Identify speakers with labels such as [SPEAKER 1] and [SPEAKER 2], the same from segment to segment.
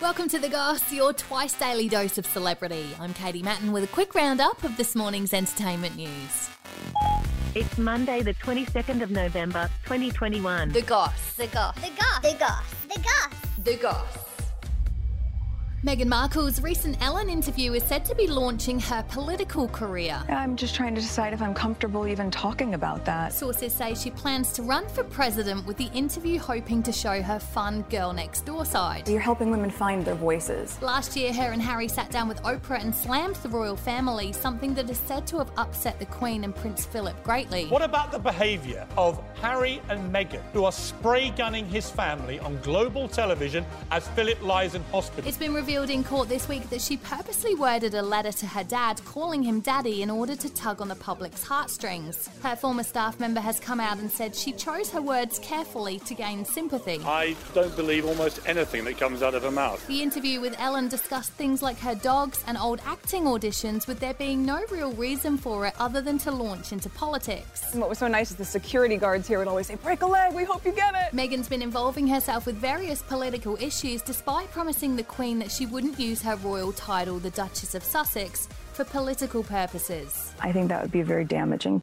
[SPEAKER 1] Welcome to The Goss, your twice daily dose of celebrity. I'm Katie Matten with a quick roundup of this morning's entertainment news.
[SPEAKER 2] It's Monday, the 22nd of November, 2021.
[SPEAKER 1] The Goss. The Goss.
[SPEAKER 3] The goss. The goss. The goss.
[SPEAKER 1] The Goss. Meghan Markle's recent Ellen interview is said to be launching her political career.
[SPEAKER 4] I'm just trying to decide if I'm comfortable even talking about that.
[SPEAKER 1] Sources say she plans to run for president with the interview hoping to show her fun girl next door side.
[SPEAKER 4] You're helping women find their voices.
[SPEAKER 1] Last year, her and Harry sat down with Oprah and slammed the royal family, something that is said to have upset the Queen and Prince Philip greatly.
[SPEAKER 5] What about the behaviour of Harry and Meghan, who are spray gunning his family on global television as Philip lies in hospital?
[SPEAKER 1] It's been revealed in court this week that she purposely worded a letter to her dad calling him daddy in order to tug on the public's heartstrings. Her former staff member has come out and said she chose her words carefully to gain sympathy.
[SPEAKER 6] I don't believe almost anything that comes out of her mouth.
[SPEAKER 1] The interview with Ellen discussed things like her dogs and old acting auditions, with there being no real reason for it other than to launch into politics.
[SPEAKER 4] And what was so nice is the security guards here would always say, break a leg, we hope you get it.
[SPEAKER 1] Meghan's been involving herself with various political issues despite promising the Queen that she wouldn't use her royal title, the Duchess of Sussex, for political purposes.
[SPEAKER 4] I think that would be very damaging.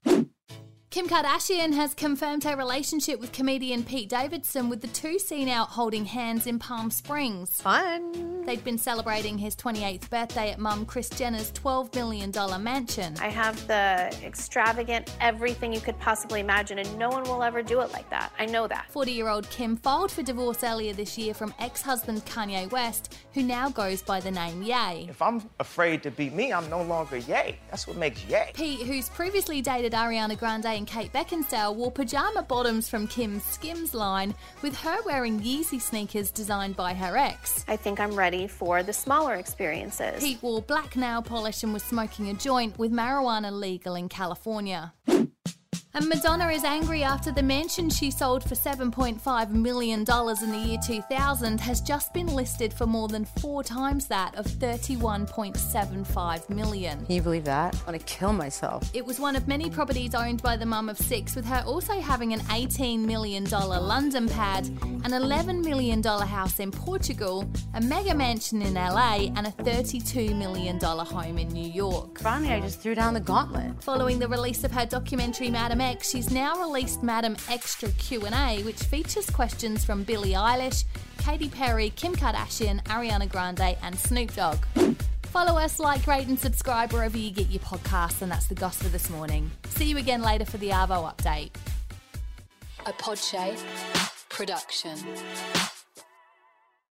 [SPEAKER 1] Kim Kardashian has confirmed her relationship with comedian Pete Davidson, with the two seen out holding hands in Palm Springs.
[SPEAKER 7] Fun.
[SPEAKER 1] They'd been celebrating his 28th birthday at mum Kris Jenner's $12 million mansion.
[SPEAKER 7] I have the extravagant everything you could possibly imagine, and no one will ever do it like that. I know that.
[SPEAKER 1] 40 year old Kim filed for divorce earlier this year from ex husband Kanye West, who now goes by the name Ye.
[SPEAKER 8] If I'm afraid to be me, I'm no longer yay. That's what makes yay.
[SPEAKER 1] Pete, who's previously dated Ariana Grande and Kate Beckinsale, wore pajama bottoms from Kim's Skims line, with her wearing Yeezy sneakers designed by her ex.
[SPEAKER 7] I think I'm ready for the smaller experiences.
[SPEAKER 1] Pete wore black nail polish and was smoking a joint, with marijuana legal in California. And Madonna is angry after the mansion she sold for $7.5 million in the year 2000 has just been listed for more than four times that of $31.75 million.
[SPEAKER 9] Can you believe that? I want to kill myself.
[SPEAKER 1] It was one of many properties owned by the mum of six, with her also having an $18 million London pad, an $11 million house in Portugal, a mega mansion in LA, and a $32 million home in New York.
[SPEAKER 9] Finally, I just threw down the gauntlet.
[SPEAKER 1] Following the release of her documentary Madam X, she's now released Madam Extra Q&A, which features questions from Billie Eilish, Katy Perry, Kim Kardashian, Ariana Grande, and Snoop Dogg. Follow us, like, rate, and subscribe wherever you get your podcasts, and that's the goss for this morning. See you again later for the Arvo update.
[SPEAKER 10] a Podshape production.